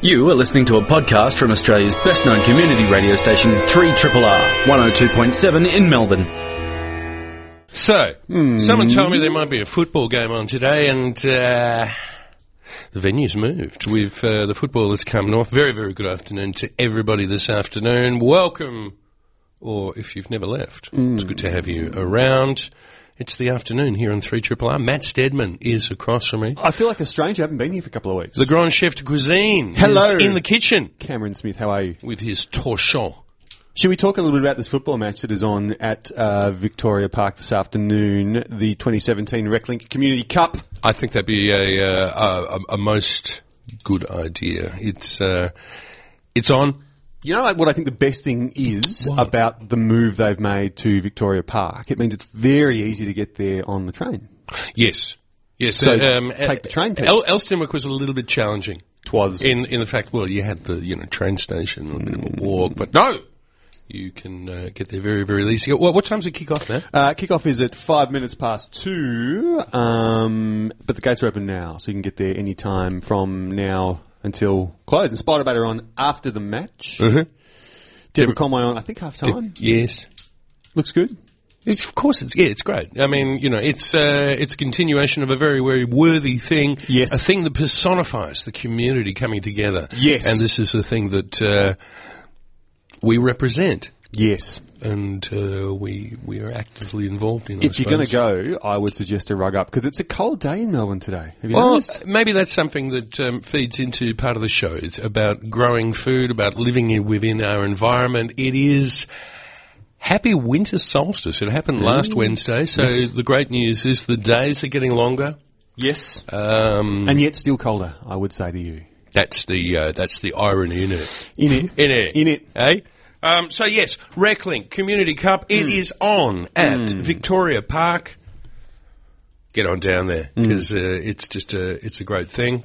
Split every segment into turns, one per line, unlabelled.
You are listening to a podcast from Australia's best known community radio station, 3RR, 102.7 in Melbourne.
So, someone told me there might be a football game on today, and uh, the venue's moved. We've uh, the football has come north. Very, very good afternoon to everybody this afternoon. Welcome, or if you've never left, it's good to have you around. It's the afternoon here on Three Triple R. Matt Stedman is across from me.
I feel like a stranger. I haven't been here for a couple of weeks.
The Grand Chef de Cuisine
Hello.
is in the kitchen
Cameron Smith, how are you?
with his torchon.
Should we talk a little bit about this football match that is on at uh, Victoria Park this afternoon, the 2017 Reclink Community Cup?
I think that'd be a uh, a, a, a most good idea. It's uh, it's on.
You know like, what I think the best thing is about the move they've made to Victoria Park? It means it's very easy to get there on the train.
Yes. Yes.
So
uh,
take the train piece.
El- Elsternwick was a little bit challenging
Twas.
in in the fact, well, you had the you know train station, a little bit of a walk, but no, you can uh, get there very very easy. Well, what time's it kick off now?
Uh, kickoff is at five minutes past two, um, but the gates are open now, so you can get there any time from now until close. And Spider Bait are on after the match.
Mhm.
Deborah Conway on, I think, half time.
Yes.
Looks good.
It's, of course, it's yeah, it's great. I mean, you know, it's uh, it's a continuation of a very, very worthy thing.
Yes.
a thing that personifies the community coming together.
Yes.
and this is the thing that uh, we represent,
Yes.
and uh, we we are actively involved in. I
If you're going
suppose.
to go, I would suggest a rug up because it's a cold day in Melbourne today. Have you
Well, uh,
noticed?
maybe that's something that um, feeds into part of the show. It's about growing food, about living in, within our environment. It is happy winter solstice. It happened last Wednesday, so the great news is the days are getting longer.
Yes.
Um,
and yet still colder, I would say to you.
that's the uh, that's the irony in it.
In it.
In it.
In it.
Eh? Um, so yes, Reclink Community Cup.
Hmm.
It is on at Victoria Park. Get on down there
Hmm.
because uh, it's just a it's a great thing,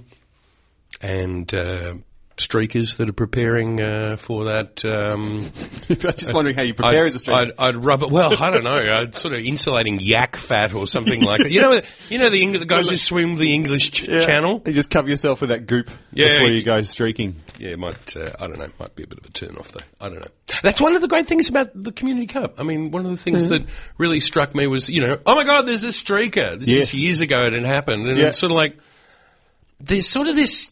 and uh, streakers that are preparing uh, for that. Um,
I'm just wondering how you prepare as a stranger.
I'd, I'd rub it. Well, I don't know. I'd sort of insulating yak fat or something like that. You know, you know the, Eng- the guys who swim the English ch-
Yeah.
Channel.
You just cover yourself with that goop
Yeah.
before you go streaking.
Yeah, it might uh, I don't know, it might be a bit of a turn off though. I don't know. That's one of the great things about the community cup. I mean, one of the things
Hmm.
that really struck me was, you know, oh my god, there's a streaker. This
Yes.
is years ago it had happened, and
Yeah.
it's sort of like there's sort of this.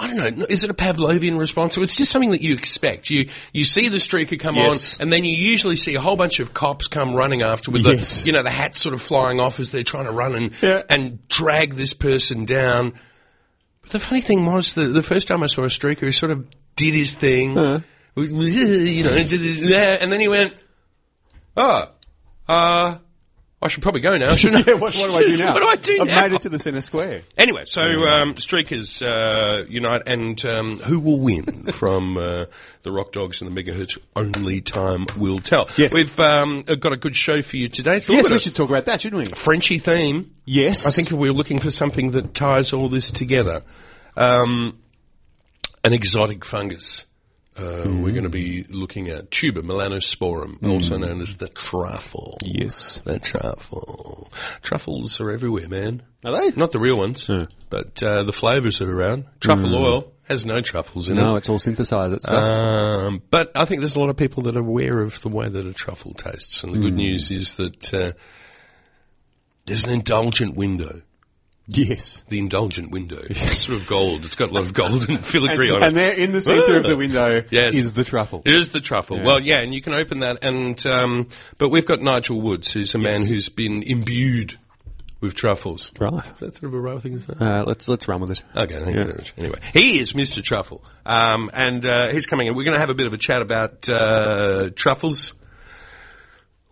I don't know. Is it a Pavlovian response? Or it's just something that you expect. You you see the streaker come
Yes.
on, and then you usually see a whole bunch of cops come running after with
Yes.
the you know the hats sort of flying off as they're trying to run and
Yeah.
and drag this person down. The funny thing was, the, the first time I saw a streaker, he sort of did his thing,
Uh-huh.
you know, did his- and then he went, oh, uh, I should probably go now, shouldn't I?
Yeah, what, what do I do now?
What do I do
I've
now?
made it to the centre square.
Anyway, so um, streakers uh, unite, and um, who will win from uh, the Rock Dogs and the Megahertz? Only time will tell.
Yes.
We've um, got a good show for you today. It's a
Yes,
little
we
bit
should talk about that, shouldn't we?
of Frenchy theme.
Yes.
I think if we're looking for something that ties all this together, um, an exotic fungus. Uh,
Mm.
We're going to be looking at tuber melanosporum, also known as the truffle.
Yes.
The truffle. Truffles are everywhere, man.
Are they?
Not the real ones, but uh, the flavours are around. Truffle oil has no truffles in
Mm. No,
it.
it's all synthesised. It's, uh,
Um, but I think there's a lot of people that are aware of the way that a truffle tastes, and the good news is that uh, there's an indulgent window
yes.
the indulgent window. It's sort of gold. It's got a lot of gold and filigree on
And
it.
there in the centre of the window
Yes.
is the truffle.
Here's the truffle. Well, yeah, and you can open that. And um, but we've got Nigel Woods, who's a man who's been imbued with truffles.
Right.
Is that sort of a right thing? Is that?
Uh, let's let's run with it.
Okay, thank you very much. Anyway, he is Mr. Truffle, um, and uh, he's coming in. We're going to have a bit of a chat about uh, truffles.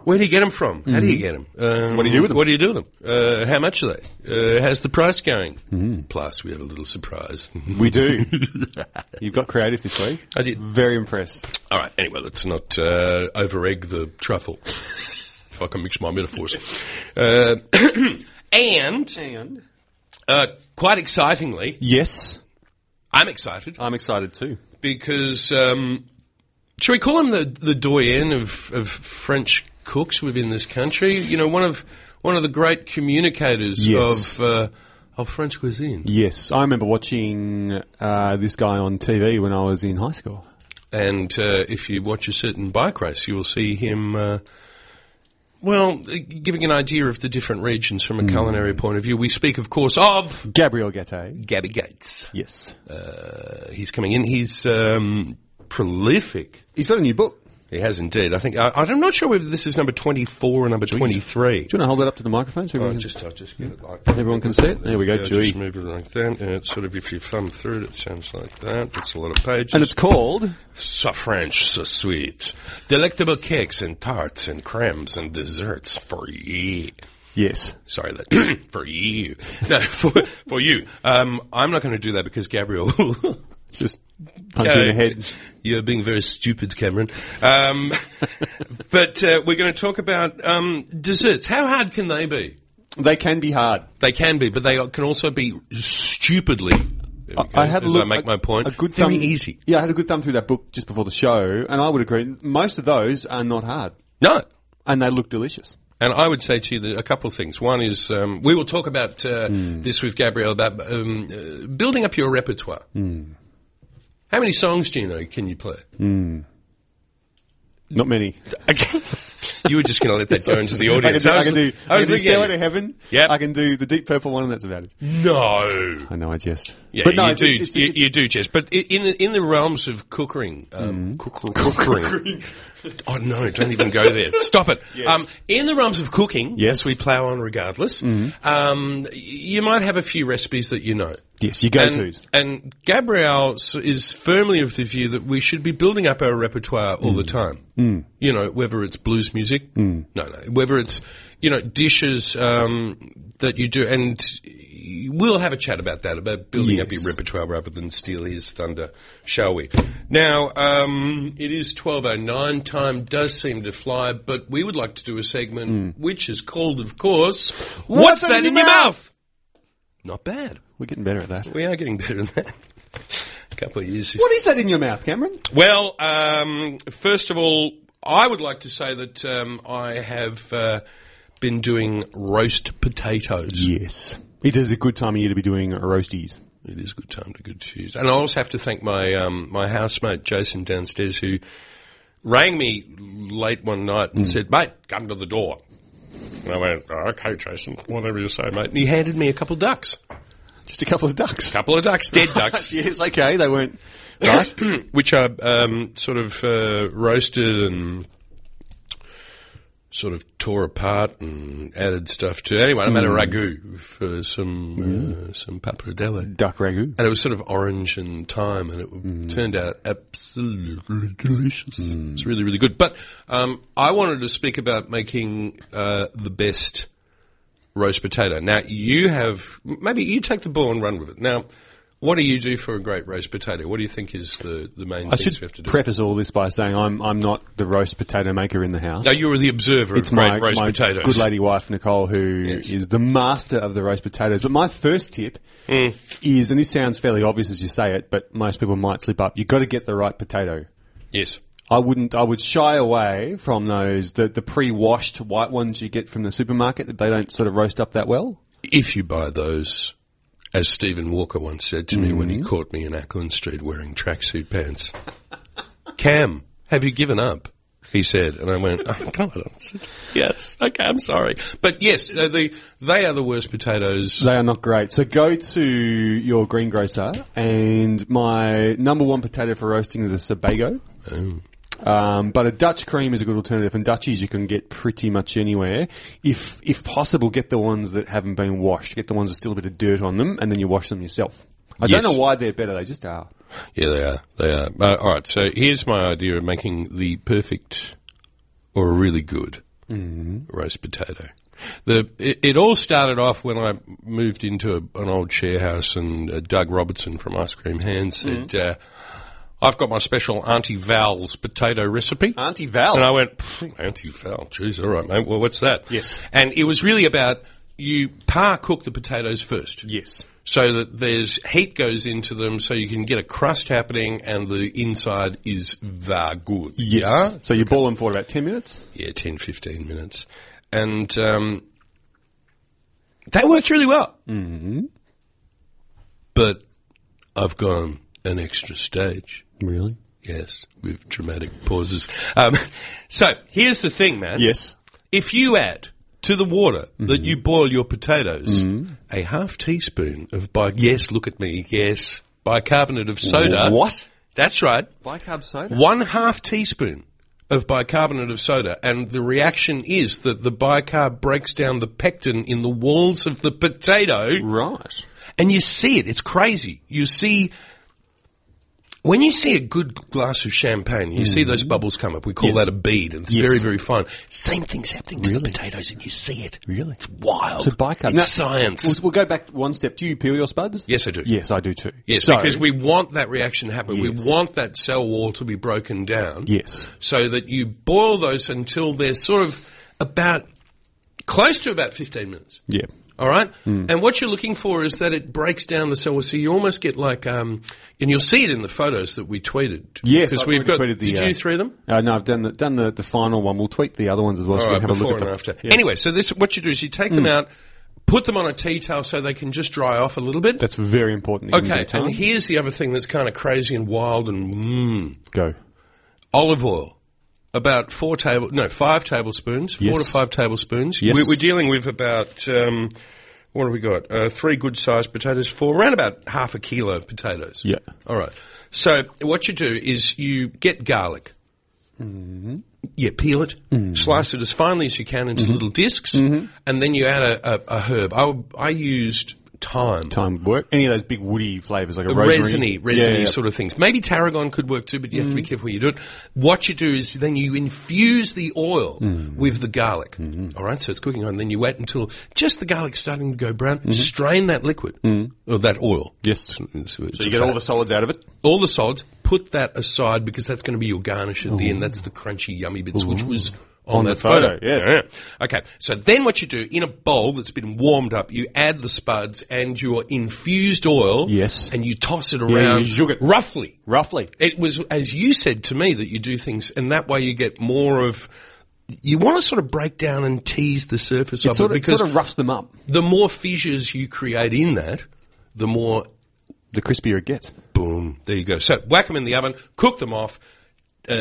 Where do you get them from? How do you get them? Um, what do you do with them? What do you do with them? Uh, how much are they? Uh, how's the price going? Plus, we have a little surprise.
We do. You've got creative this week.
I did.
Very impressed.
All right. Anyway, let's not uh, over egg the truffle. if I can mix my metaphors. Uh, and
And
uh, quite excitingly,
yes,
I'm excited
I'm excited too.
because um, should we call him the the doyen of, of French cooks within this country? You know, one of one of the great communicators
Yes.
of uh, of French cuisine.
Yes, I remember watching uh, this guy on TV when I was in high school.
And uh, if you watch a certain bike race, you will see him. Uh, well, uh, giving an idea of the different regions from a culinary point of view, we speak, of course, of
Gabriel Gatte.
Gabby Gates.
Yes.
He's coming in. He's um, prolific.
He's got a new book.
He has indeed. I think I, I'm not sure whether this is number 24 or number 23.
Do you want to hold that up to the microphone so
I
everyone,
just, I just get it like
everyone can see it? There we go,
Yeah,
Dewey.
just move it like that. And it's sort of if you thumb through it, it sounds like that. It's a lot of pages.
And it's called
so French, so sweet, delectable cakes and tarts and cremes and desserts for you.
Yes.
Sorry, that for you. No, for for you. Um, I'm not going to do that because Gabriel. will-
Just punch you in the head.
You're being very stupid, Cameron. Um, but uh, we're going to talk about um, desserts. How hard can they be?
They can be hard.
They can be, but they can also be stupidly. There we go,
I had a
as
look,
I make
a-
my point.
A good
very
thumb,
easy.
Yeah, I had a good thumb through that book just before the show, and I would agree. Most of those are not hard,
No,
and they look delicious.
And I would say to you that a couple of things. One is um, we will talk about uh,
Hmm.
this with Gabrielle about um, uh, building up your repertoire.
Hmm.
How many songs do you know? Can you play?
Not many.
you were just going to let that go into the audience.
I
was-
can do.
I
I
was
can do
looking
Stairway
at
to
you.
Heaven.
Yep.
I can do the Deep Purple one, and that's about it.
No.
I know. I jest.
Yeah,
but no,
you
it's-
do.
it's-
you,
it's-
you do, Jess. But i- in the- in the realms of cooking, um,
Mm-hmm.
cooking, cooking. oh no! Don't even go there. Stop it. Um, in the realms of cooking,
Yes. Mm-hmm.
yes, we plough on regardless. Um, y- you might have a few recipes that you know.
yes, you go
And,
tos.
and Gabrielle s- is firmly of the view that we should be building up our repertoire all the time. Mm. You know, whether it's blues music, no, no, whether it's you know dishes um, that you do, and we'll have a chat about that about building up
Yes.
your repertoire rather than steal his thunder, shall we? Now um, it is twelve oh nine. Time does seem to fly, but we would like to do a segment which is called, of course, Mm. "What's, that in your mouth? Not bad.
We're getting better at that.
We are getting better than that. A couple of years.
What is that in your mouth, Cameron?
Well, um, first of all, I would like to say that um, I have uh, been doing roast potatoes.
Yes, it is a good time of year to be doing roasties.
It is a good time to good choose. And I also have to thank my um, my housemate Jason downstairs who rang me late one night and said, "Mate, come to the door." And I went, "Oh, "Okay, Jason, whatever you say, mate." And he handed me a couple of ducks,
Just a couple of ducks.
couple of ducks, dead ducks.
Yes, okay, they weren't.
right? Which are um, sort of uh, roasted and sort of tore apart and added stuff to. Anyway, I made a ragu for some uh, some pappardelle.
Duck ragu.
And it was sort of orange and thyme, and it
Mm.
turned out absolutely delicious. It's really, really good. But um, I wanted to speak about making uh, the best roast potato. Now, you have maybe you take the ball and run with it. Now, what do you do for a great roast potato? What do you think is the, the main
I
things we have to
should
do?
preface all this by saying I'm I'm not the roast potato maker in the house.
now, you're the observer
It's
of great
my,
roast
my
potatoes.
good lady wife Nicole who is the master of the roast potatoes. But my first tip
Mm.
is, and this sounds fairly obvious as you say it, but most people might slip up. You've got to get the right potato.
Yes.
I wouldn't. I would shy away from those the, the pre-washed white ones you get from the supermarket that they don't sort of roast up that well.
If you buy those, as Stephen Walker once said to me when he caught me in Ackland Street wearing tracksuit pants, Cam, have you given up? He said, and I went, oh, God. I said, Yes. Okay, I'm sorry. But yes, uh, the, they are the worst potatoes.
They are not great. So go to your greengrocer, and my number one potato for roasting is a Sebago. Um, but a Dutch cream is a good alternative, and Dutchies you can get pretty much anywhere. If if possible, get the ones that haven't been washed. Get the ones with still a bit of dirt on them, and then you wash them yourself. I
Yes.
don't know why they're better; they just are.
Yeah, they are. They are. Uh, all right. So here's my idea of making the perfect or a really good roast potato. The it, it all started off when I moved into a, an old share house, and uh, Doug Robertson from Ice Cream Hand said, uh, "I've got my special Auntie Val's potato recipe."
Auntie Val,
And I went, "Pfft, anti-foul. Jeez, all right, mate. Well, what's that?
Yes.
And it was really about you par cook the potatoes first
yes,
so that there's heat goes into them, so you can get a crust happening, and the inside is very good.
yes.
Yeah,
So you boil them for about ten minutes.
yeah, 10, 15 minutes, and um, that worked really well. Mm-hmm. But I've gone an extra stage.
Really?
Yes, with dramatic pauses. Um, so here's the thing, man.
Yes. Mm-hmm.
If you add to the water that you boil your potatoes a half teaspoon of bi- yes, look at me, yes, bicarbonate of soda.
What?
That's right.
Bicarb soda.
One half teaspoon of bicarbonate of soda, and the reaction is that the bicarb breaks down the pectin in the walls of the potato,
Right.
and you see it. It's crazy. You see. When you see a good glass of champagne, you
Mm.
see those bubbles come up. We call that a bead, and it's very, very fine. Same thing's happening to the potatoes, and you see it. Really? It's wild.
So bicarb-
It's
Now-
science.
We'll, we'll go back one step. Do you peel your spuds?
yes, I do.
Yes, I do too.
Yes,
So-
because we want that reaction to happen.
Yes.
We want that cell wall to be broken down.
Yes.
so that you boil those until they're sort of about close to about 15 minutes.
Yeah.
All right,
Hmm.
and what you're looking for is that it breaks down the cell wall, so you almost get like, um, and you'll see it in the photos that we tweeted.
Yes,
because
I've
we've got.
already tweeted the,
did
uh,
you throw them?
Uh, no, I've done the, done the, the final one. We'll tweet the other ones as well so
All
we
right,
can have a
before
look at Hmm.
and
them.
after. Anyway, so this what you do is you take them out, put them on a tea towel so they can just dry off a little bit.
That's very important. that you
okay,
give them
and
time.
here's the other thing that's kind of crazy and wild and mm,
Go.
olive oil, about four table no five tablespoons, four to
Yes.
five tablespoons.
Yes.
We're, we're dealing with about um, what have we got? Uh, three good sized potatoes for around about half a kilo of potatoes.
Yeah.
All right. So what you do is you get garlic.
Mm-hmm.
You peel it, slice it as finely as you can into little disks
Mm-hmm.
and then you add a, a, a herb. I, I used thyme
Time would work. Any of those big woody flavours like a
resiny,
rosemary.
resiny
Yeah, Mm. yeah.
sort of things. Maybe tarragon could work too, but you have to be careful you do it. What you do is then you infuse the oil
Mm.
with the garlic.
Mm-hmm.
All right, so it's cooking on. Then you wait until just the garlic's starting to go brown.
Mm-hmm.
Strain that liquid or that oil.
Yes.
So
Mm. So you get all the solids out of it.
all the solids. Put that aside because that's going to be your garnish at the end. That's the crunchy, yummy bits, which was. On, that
the photo, yes.
Yeah. Okay, so then what you do in a bowl that's been warmed up, you add the spuds and your infused oil,
Yes.
and you toss it
you
around
zhug it.
roughly.
Roughly.
It was as you said to me that you do things, and that way you get more of. You want to sort of break down and tease the surface of
Sort
it
of,
because
sort of roughs them up.
the more fissures you create in that, the more
The crispier it gets.
boom, there you go. So whack them in the oven, cook them off, uh,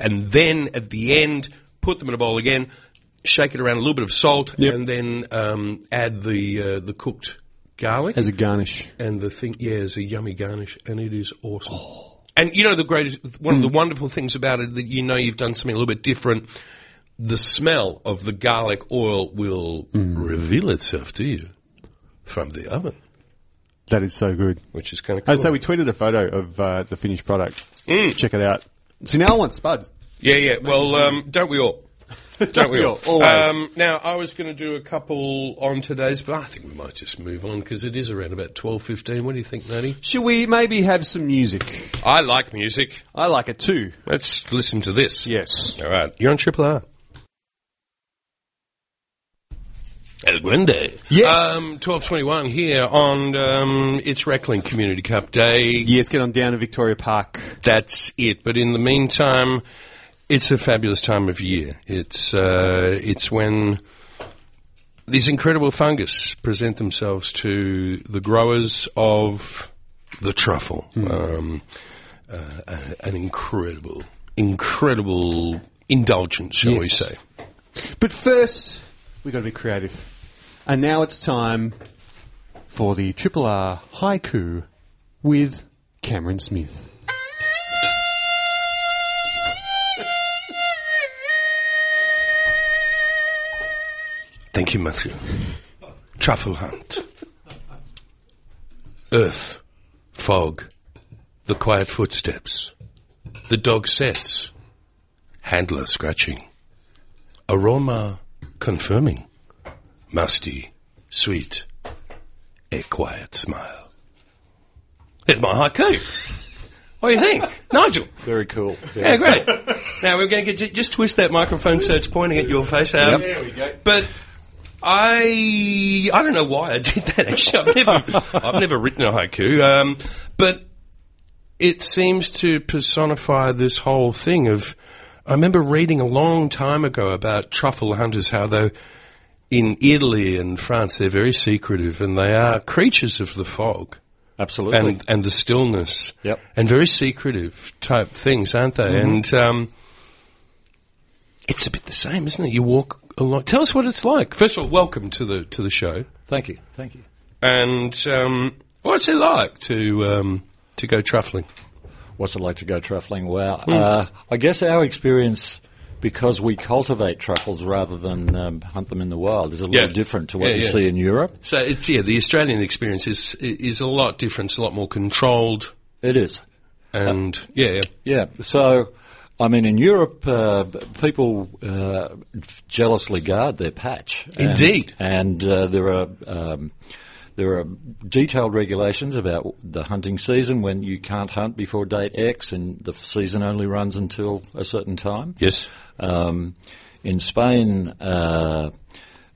and then at the end, put them in a bowl again, shake it around a little bit of salt, and then um, add the uh, the cooked garlic
As a garnish.
and the thing. Yeah, it's a yummy garnish, and it is awesome.
Oh.
And you know the greatest, one of
Mm.
the wonderful things about it that you know you've done something a little bit different. The smell of the garlic oil will
Mm.
reveal itself to you from the oven,
That is so good.
which is kind of cool.
Oh, so we tweeted a photo of uh, the finished product.
Mm.
Check it out. So now I want spuds.
Yeah, yeah. Well, um, don't we all? Don't we all?
Always.
Um, now, I was going to do a couple on today's, but I think we might just move on because it is around about twelve fifteen. What do you think, Natty?
Should we maybe have some music?
I like music.
I like it too.
Let's listen to this.
Yes.
All right. You're on Triple R. El Grande.
Yes.
Um, 1221 here on, um, it's Reckling Community Cup Day.
Yes, get on down to Victoria Park.
that's it. But in the meantime, it's a fabulous time of year. It's uh, it's when these incredible fungus present themselves to the growers of the truffle. Um, uh, a- an incredible, incredible indulgence, shall we
Yes.
say?
But first, we've got to be creative. And now it's time for the Triple R Haiku with Cameron Smith.
Thank you, Matthew. Truffle hunt. Earth. Fog. The quiet footsteps. The dog sets. Handler scratching. Aroma confirming. Musty. Sweet. A quiet smile. It's my haiku. What do you think? Nigel.
Very cool.
Yeah, great. now we're going to get, just twist that microphone so it's pointing at your face. Um,
we go.
But I I don't know why I did that. Actually, I've never I've never written a haiku. Um, but it seems to personify this whole thing of. I remember reading a long time ago about truffle hunters how they in Italy and France, they're very secretive and they are creatures of the fog
Absolutely.
and, and the stillness
yep.
and very secretive type things, aren't they? And um, it's a bit the same, isn't it? You walk along. Tell us what it's like. First of all, welcome to the to the show.
Thank you. Thank you.
And um, what's it like to um, to go truffling?
What's it like to go truffling? Well, uh, I guess our experience, because we cultivate truffles rather than um, hunt them in the wild, is a little
Yeah.
different to what
Yeah,
you
yeah.
see in Europe.
So it's yeah, the Australian experience is is a lot different. It's a lot more controlled,
It is.
and yeah, yeah.
Yeah. So, I mean, in Europe, uh, b- people uh, jealously guard their patch. And-
Indeed.
and uh, there are. Um, there are detailed regulations about the hunting season when you can't hunt before date X and the season only runs until a certain time.
yes,
Um, in Spain, uh,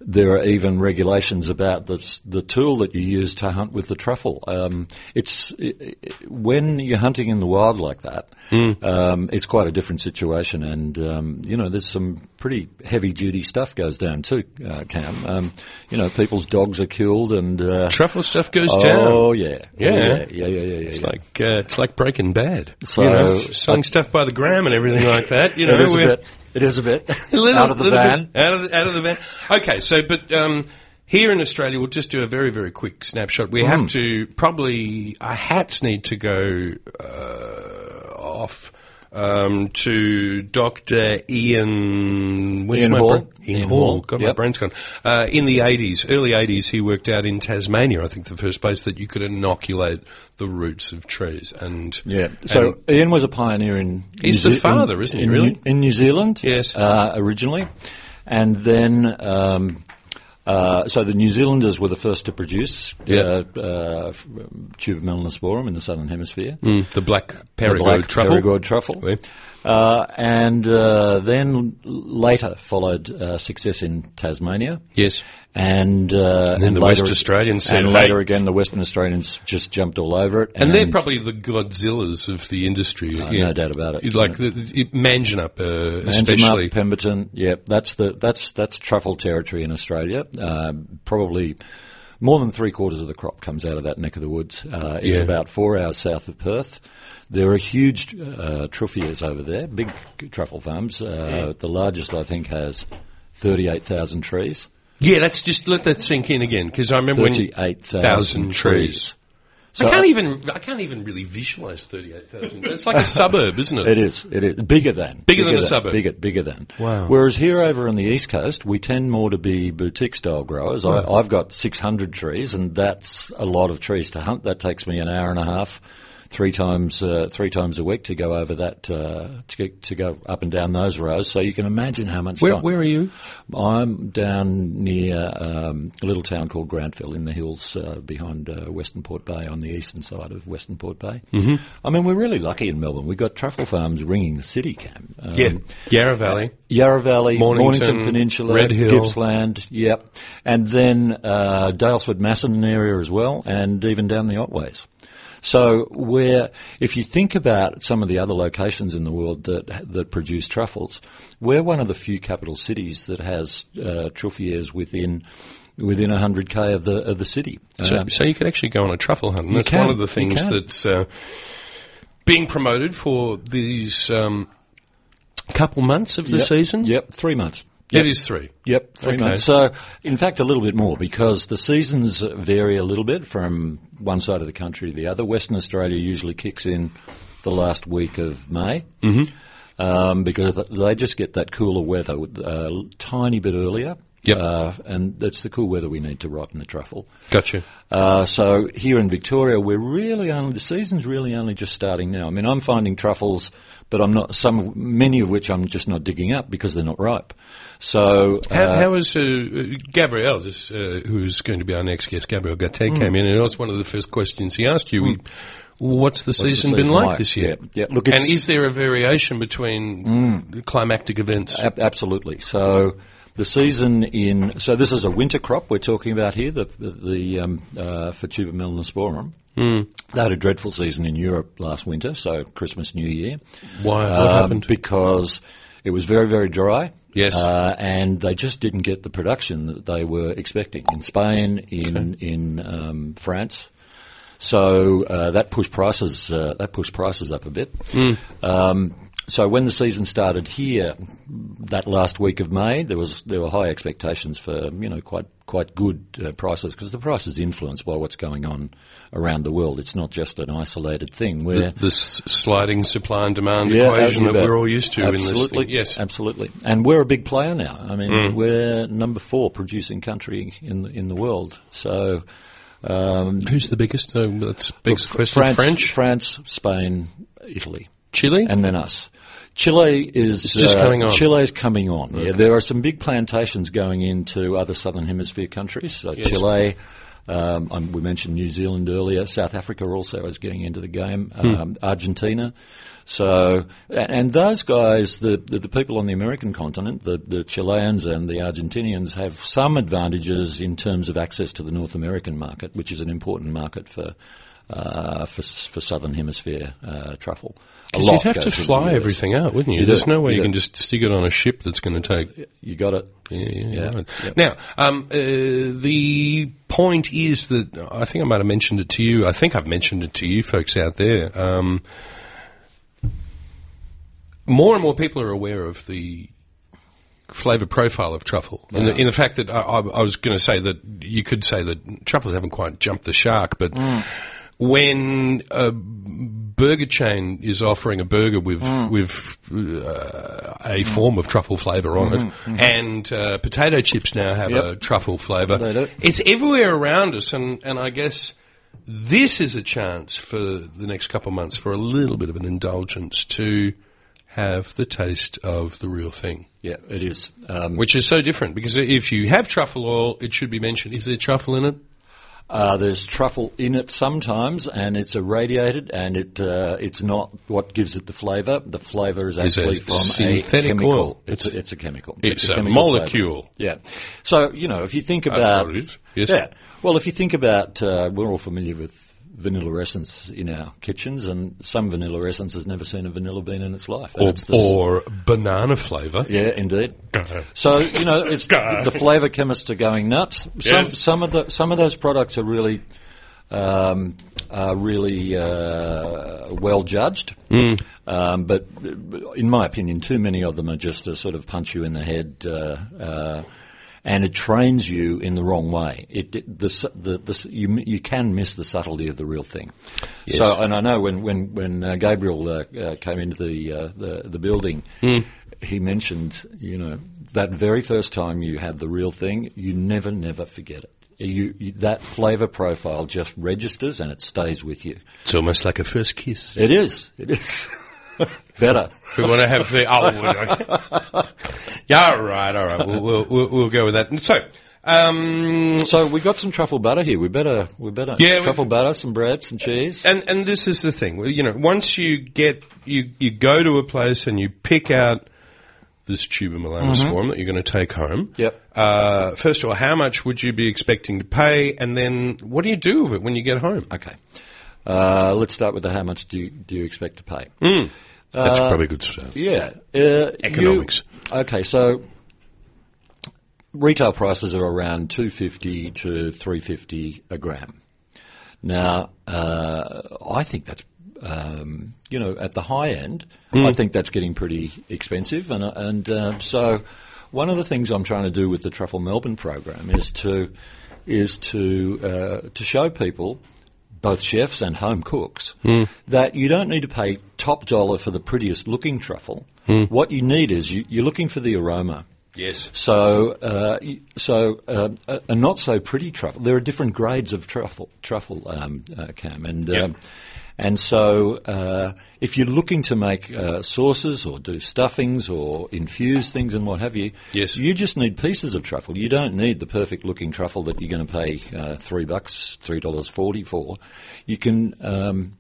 there are even regulations about the, s- the tool that you use to hunt with the truffle. Um, it's i i when you're hunting in the wild like that,
Hmm.
um, it's quite a different situation. And um, you know, there's some pretty heavy duty stuff goes down too, uh, Cam. Um, you know, people's dogs are killed, and uh,
truffle stuff goes down.
oh yeah,
Yeah.
yeah, yeah, yeah, yeah. yeah,
It's
yeah.
like uh, it's like Breaking Bad.
So-
you know, selling stuff by the gram and everything like that. You know,
it is a
we're-
bit. It is a bit
A little-
out of the
little
van.
bit Out of the, out of the van. Okay, so but um, here in Australia, we'll just do a very very quick snapshot. We
Mm.
have to probably our hats need to go uh, off. Um, to Dr. Ian, where's
Ian
my
Hall.
brain? Ian,
Ian
Hall.
Hall,
God, my
yep.
brain's gone. Uh, in the 80s, early 80s, he worked out in Tasmania, I think the first place that you could inoculate the roots of trees. And
Yeah. So Ian was a pioneer in.
He's
New
the father, isn't he,
in
really?
New- in New Zealand.
Yes.
Uh, originally, and then. Um, uh, so the New Zealanders were the first to produce
Yeah.
uh, uh, f- um, tuber melanosporum in the southern hemisphere.
Mm, the black
The
perigold
black
truffle.
Perigord truffle.
Yeah.
Uh, and uh, then later followed uh, success in Tasmania.
Yes.
And, uh, and,
then the
later,
West Australians said,
and later
"Hey."
again the Western Australians just jumped all over it.
And they're probably the Godzillas of the industry.
Oh, no doubt about it.
You'd Like the, the, Manjinup, uh,
Manjimup,
especially.
Pemberton. Yeah, that's the that's that's truffle territory in Australia. Um, probably more than three quarters of the crop comes out of that neck of the woods. Uh, it's
Yeah.
about four hours south of Perth. There are huge uh, truffiers over there, big truffle farms. Uh, The largest, I think, has thirty-eight thousand trees.
Yeah, that's just let that sink in again because I remember when
Thirty-eight thousand
Thousand trees.
trees. So
I can't even I can't even really visualize thirty eight thousand. It's like a suburb, isn't it?
It is. It is bigger than
Bigger than a suburb.
Bigger, bigger than.
Wow.
Whereas here over on the east coast, we tend more to be boutique style growers. I, I've got 600 trees, and that's a lot of trees to hunt. That takes me an hour and a half, three times uh, three times a week to go over that uh, to, get, to go up and down those rows. So you can imagine how much
Where,
time.
where are you?
I'm down near um, a little town called Grantville in the hills uh, behind uh, Western Port Bay on the eastern side of Western Port Bay. Mm-hmm. I mean, we're really lucky in Melbourne. We've got truffle farms ringing the city, Cam. Um,
Yarra Valley.
Yarra Valley,
Mornington,
Mornington, Peninsula,
Red Hill.
Gippsland, yep. And then uh, Dalesford, Macedon area as well, and even down the Otways. So where, if you think about some of the other locations in the world that that produce truffles, we're one of the few capital cities that has uh, truffiers within within 100k of the of the city.
So,
Um,
so you could actually go on a truffle hunt. And that's
can,
one of the
you
things
can.
that's uh, being promoted for these um, couple months of the
yep,
season.
Yep, three months.
It is three.
Yep, three
Okay.
months. So, in fact, a little bit more because the seasons vary a little bit from one side of the country to the other. Western Australia usually kicks in the last week of May um, because th- they just get that cooler weather a tiny bit earlier.
Yep.
Uh, and that's the cool weather we need to ripen the truffle.
Gotcha.
Uh, so here in Victoria, we're really only the season's really only just starting now. I mean, I'm finding truffles, but I'm not some of, many of which I'm just not digging up because they're not ripe. So
How, how is uh, uh, Gabrielle, just, uh, who's going to be our next guest, Gabrielle
Hmm.
Gatte, came in, and that was one of the first questions he asked you. What's the season been
season
like,
like?
this year?
Yeah, yeah. Look, it's- Hmm.
and is there a variation between the climactic events?
Ab- absolutely. So the season in so this is a winter crop we're talking about here. The the, the um, uh, for tuber melanosporum. Mm. They had a dreadful season in Europe last winter, so Christmas, New Year.
Why? What
Um,
happened?
Because It was very, very dry.
Yes.
Uh, and they just didn't get the production that they were expecting in Spain, in in um, France. So uh, that pushed prices uh, that pushed prices up a bit.
Hmm.
Um, so when the season started here, that last week of May, there was there were high expectations for you know quite quite good uh, prices because the price is influenced by what's going on around the world. It's not just an isolated thing. Where
This sliding supply and demand
yeah,
equation
you
that
bet.
we're all used to in this.
absolutely, Um,
Thing. Mm. Yes.
absolutely. And we're a big player now. I mean, we're number four producing country in the, in the world. So um,
Who's the biggest? Uh, that's biggest question.
France,
French,
France, Spain, Italy,
Chile.
and then us. Chile is
just coming on.
Chile's coming on. Yeah, there are some big plantations going into other southern hemisphere countries. So Chile. Um, um, we mentioned New Zealand earlier. South Africa also is getting into the game.
Hmm.
Um, Argentina. So, a- and those guys, the, the, the people on the American continent, the, the Chileans and the Argentinians, have some advantages in terms of access to the North American market, which is an important market for uh, for, s- for Southern Hemisphere uh, truffle. A lot
You'd have
goes
to
to the
fly
US.
everything out, wouldn't you?
You do.
There's no way
You
you
do.
can just stick it on a ship that's going to take
You got it.
Yeah, yeah,
Yeah.
right. Now, um, uh, the point is that I think I might have mentioned it to you. I think I've mentioned it to you folks out there. Um, more and more people are aware of the flavour profile of truffle. In, the, in the fact that I, I, I was going to say that you could say that truffles haven't quite jumped the shark, but
Mm.
when a burger chain is offering a burger with
Mm.
with uh, a form of truffle flavour on
Mm-hmm.
it, and uh, potato chips now have a truffle flavour,
They do.
it's everywhere around us, and, and I guess this is a chance for the next couple of months for a little bit of an indulgence to have the taste of the real thing,
Yeah, it is. Um,
which is so different because if you have truffle oil, it should be mentioned. Is there truffle in it?
uh, there's truffle in it sometimes, and it's irradiated, and it uh, it's not what gives it the flavour. The flavour is
a
actually from
synthetic
a chemical.
oil.
It's a, it's a chemical.
It's a
chemical flavour.
molecule.
Yeah. So you know, if you think about
what it is. Yes.
yeah. Well, if you think about, uh, we're all familiar with vanilla essence in our kitchens, and some vanilla essence has never seen a vanilla bean in its life. And
Or,
it's the s-
or banana flavour?
yeah, indeed. So you know, it's
Gah.
the, flavour chemists are going nuts. Some
Yes.
some of the some of those products are really um, are really uh, well judged. Um, but uh, in my opinion, too many of them are just a sort of punch you in the head. Uh, uh, and it trains you in the wrong way. It, it, the, s- the, the, s- you, m- you can miss the subtlety of the real thing. So, and I know when when when uh, Gabriel uh, uh, came into the uh, the, the building, he mentioned you know that very first time you had the real thing, you never never forget it. You, you that flavour profile just registers and it stays with you.
It's almost like a first kiss.
It is. It is. Better.
We want to have the. Oh, we- okay. yeah, all right, all right. We'll, we'll, we'll, we'll go with that. And So, um,
So we got some truffle butter here. We better. We better.
Yeah, we-
Truffle butter, some bread, some cheese.
and and this is the thing. Well, You know, once you get you you go to a place and you pick out this tuber melanus form that you're going to take home.
Yep.
Uh, first of all, how much would you be expecting to pay, and then what do you do with it when you get home?
Okay. Uh, let's start with the how much do you, do you expect to pay?
That's probably a good start.
Yeah. Uh,
Economics.
you- okay, so retail prices are around 250 to 350 a gram. Now, uh, I think that's um, you know at the high end, I think that's getting pretty expensive, and uh, and uh, so one of the things I'm trying to do with the Truffle Melbourne program is to is to uh, to show people. Both chefs and home cooks, that you don't need to pay top dollar for the prettiest looking truffle. What you need is you, you're looking for the aroma.
Yes.
So, uh, y- so uh, a, a not so pretty truffle. There are different grades of truffle, truffle um, uh, cam, and um, and so uh, if you're looking to make uh, sauces or do stuffings or infuse things and what have you,
Yes.
you just need pieces of truffle. You don't need the perfect looking truffle that you're going to pay uh, three bucks, three dollars forty for. You can. Um,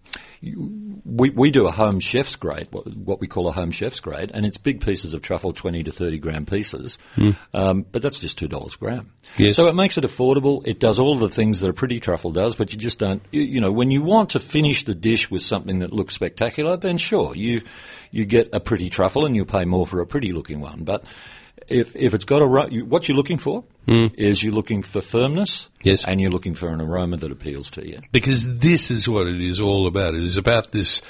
we, we do a home chef's grade, what, what we call a home chef's grade, and it's big pieces of truffle, 20 to 30 gram pieces. Um, but that's just $2 a gram.
Hmm. Yes.
So it makes it affordable. It does all the things that a pretty truffle does, but you just don't, you, you know, when you want to finish the dish with something that looks spectacular, then sure, you, you get a pretty truffle and you pay more for a pretty looking one. But if, if it's got a, ro- you- what you're looking for is you're looking for firmness.
Hmm. Yes.
And you're looking for an aroma that appeals to you.
Because this is what it is all about. It is about this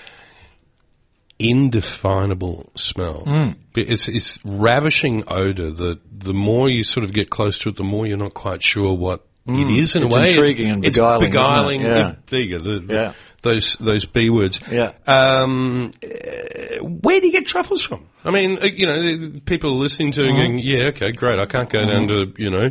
indefinable smell.
Mm.
It's, it's ravishing odor that the more you sort of get close to it, the more you're not quite sure what it is in
Mm. It's
a way.
intriguing and
it's
beguiling, isn't it?
beguiling.
Yeah.
There you go. The- the-
Yeah.
Those, those B words.
Yeah.
Um, uh, where do you get truffles from? I mean, uh, you know, the- the people are listening to it and
Mm-hmm.
going, yeah, okay, great. I can't go down to, you know,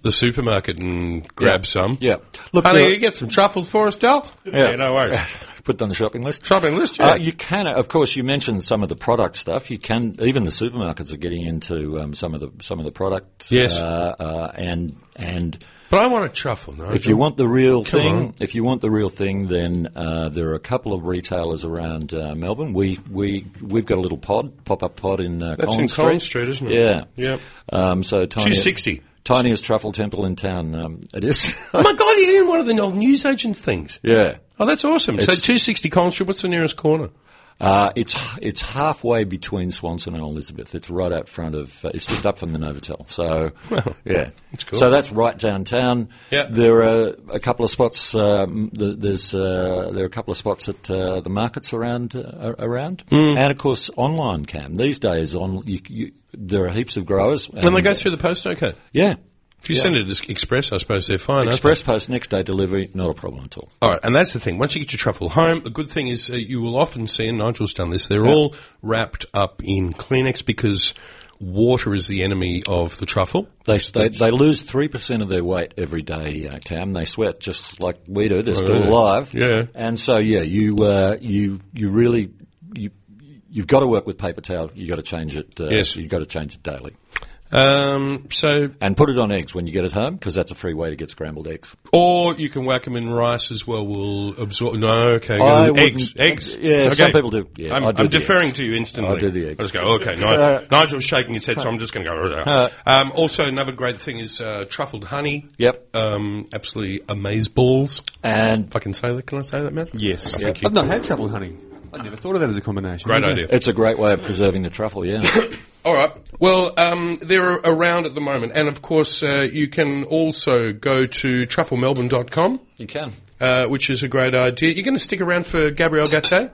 the supermarket and grab some.
Yeah. Look,
Honey,
there-
you get some truffles for us, Del? Yeah. no worries.
put it on the shopping list.
Shopping list, yeah.
Uh, you can, of course. You mentioned some of the product stuff. You can, even the supermarkets are getting into um, some of the some of the products.
Yes.
Uh, uh, and and
but I want a truffle, no?
if you want the real thing,
on.
if you want the real thing, then uh, there are a couple of retailers around uh, Melbourne. We we we've got a little pod, pop up pod in uh,
That's in
Collins
Collins Street, Uh, isn't it?
Yeah.
Yep.
Um, so tiny,
260.
tiniest truffle temple in town. Um, it is.
Oh my God, you're in one of the old newsagent things.
yeah.
Oh, that's awesome. so
It's-
260 Collins Street, what's the nearest corner?
Uh, it's it's halfway between Swanson and Elizabeth. It's right out front of. Uh, it's just up from the Novotel. So yeah,
that's cool.
So that's right downtown.
Yeah.
there are a couple of spots. Um, th- there's uh, there are a couple of spots at uh, the markets around uh, a- around,
Mm.
and of course online. Cam these days on you, you, there are heaps of growers.
And they go through the post, okay.
yeah.
Um, If you send it as Express, I suppose they're fine. aren't they?
Express post next day delivery, not a problem at all.
All right, and that's the thing. Once you get your truffle home, the good thing is uh, you will often see, and Nigel's done this, they're all wrapped up in Kleenex because water is the enemy of the truffle.
They, they, they lose 3% of their weight every day, uh, Cam. They sweat just like we do. They're still
really?
alive.
Oh, Yeah.
And so, yeah, you, uh, you, you really, you, you've got to work with paper towel. You've got to change it. Uh,
Yes.
You've got to change it daily.
Um, so,
And put it on eggs when you get it home because that's a free way to get scrambled eggs.
or you can whack them in rice as well. Will absorb. No, okay.
I
eggs,
wouldn't-
eggs.
Yeah,
Okay.
some people do. Yeah,
I'm,
I do
I'm
the
deferring
eggs.
to you instantly.
I do the eggs.
I just go, okay, Nigel. Nigel's shaking his head, so I'm just going to go.
Uh,
um, also, another great thing is uh, truffled honey.
Yep.
Um, absolutely amaze balls.
And
If I can say that, can I say that, Matt?
Yes.
I think you
I've not had trouble honey. I never thought of that as a combination.
Great
Yeah.
idea.
it's a great way of preserving the truffle, yeah.
All right. Well, um, they're around at the moment. And of course, uh, you can also go to trufflemelbourne.com,
you can.
uh, which is a great idea. You're going to stick around for Gabrielle Gatte?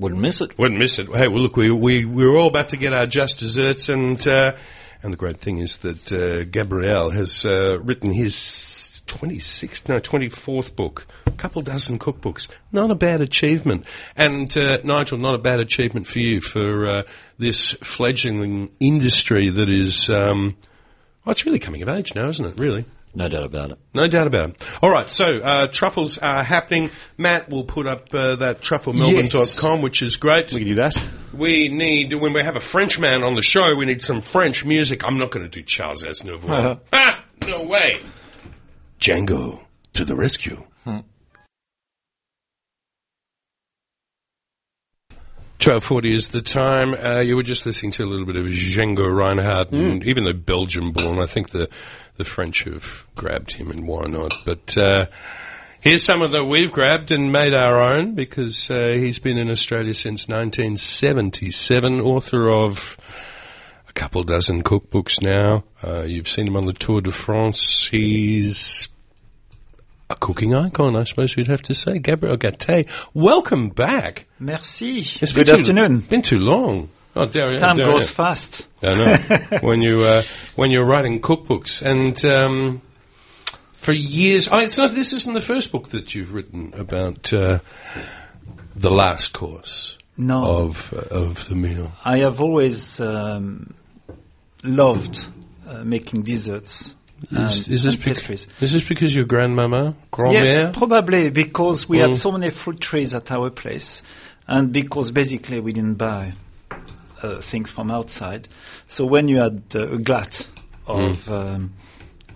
Wouldn't miss it.
Wouldn't miss it. Hey, well, look, we, we, we're all about to get our just desserts, and uh, and the great thing is that uh, Gabriel has uh, written his 26th, no, 24th book, a couple dozen cookbooks. Not a bad achievement. And uh, Nigel, not a bad achievement for you for uh, this fledgling industry that is, um, well, it's really coming of age now, isn't it, really?
No doubt about it.
No doubt about it. All right, so uh, truffles are happening. Matt will put up uh, that trufflemelbourne.com, which is great.
We can do that.
We need, when we have a French man on the show, we need some French music. I'm not going to do Charles Aznavour. ah, no way. Django to the rescue. Twelve forty is the time. Uh, you were just listening to a little bit of Django Reinhardt, and even though Belgium-born, I think the the French have grabbed him, and why not? But uh, Here's some of that we've grabbed and made our own because uh, he's been in Australia since 1977, author of a couple dozen cookbooks now. Uh, you've seen him on the Tour de France. He's a cooking icon, I suppose you'd have to say. Gabriel Gatte, welcome back.
Merci.
It's
Good
been too-
afternoon.
Been too long. Oh, Dario,
Time
Dario.
goes fast.
I know. when you uh, when you're writing cookbooks and um, for years, I mean, it's not, this isn't the first book that you've written about uh, the last course
No,
of uh, of the meal.
I have always um, loved uh, making desserts
Is,
and,
is this
Um, and
bec-
pastries.
is this because your grandmama,
Yeah,
grand-mère?
probably because we
Mm.
had so many fruit trees at our place, and because basically we didn't buy uh, things from outside. So when you had uh, a glut of
Mm.
um,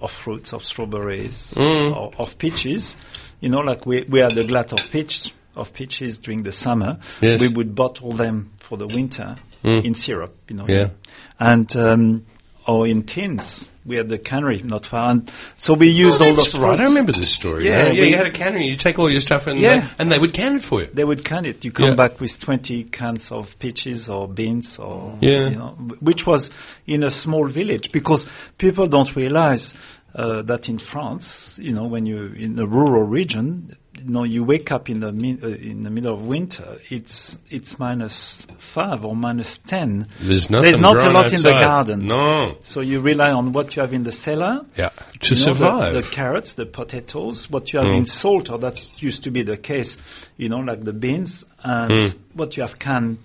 of fruits, of strawberries, or, of peaches, you know, like we we had a glut of peach of peaches during the summer.
Yes. Mm.
We would bottle them for the winter in syrup, you know.
Yeah.
And um, or in tins. We had the cannery not far, and so we used all the
Oh, That's right. I
fruits.
remember this story.
Yeah,
Yeah, yeah.
we-
you had a cannery. You take all your stuff, and
uh, Yeah.
they, and they would can it for you.
They would can it. You come
Yeah.
back with 20 cans of peaches or beans or,
Yeah.
you know, wh- which was in a small village because people don't realize uh, that in France, you know, when you in a rural region, you know, you wake up in the min- uh, in the middle of winter. It's it's minus five or minus ten.
There's nothing.
There's not a
growing
lot in the
outside.
garden.
No.
So you rely on what you have in the cellar
Yeah. To
you know, the-
survive. Mm.
The, carrots, the potatoes, what you have in salt, or that used to be the case, you know, like the beans, and
Mm.
what you have canned.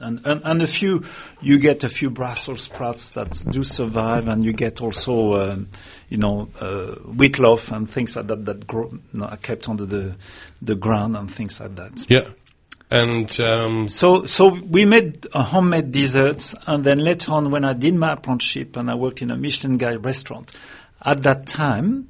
And, and, and a few, you get a few Brussels sprouts that do survive, and you get also, um, you know, uh, wheat loaf and things like that that grow, no, are kept under the, the ground and things like that.
yeah. And um,
So, so we made uh, homemade desserts, and then later on, when I did my apprenticeship and I worked in a Michelin guide restaurant, at that time,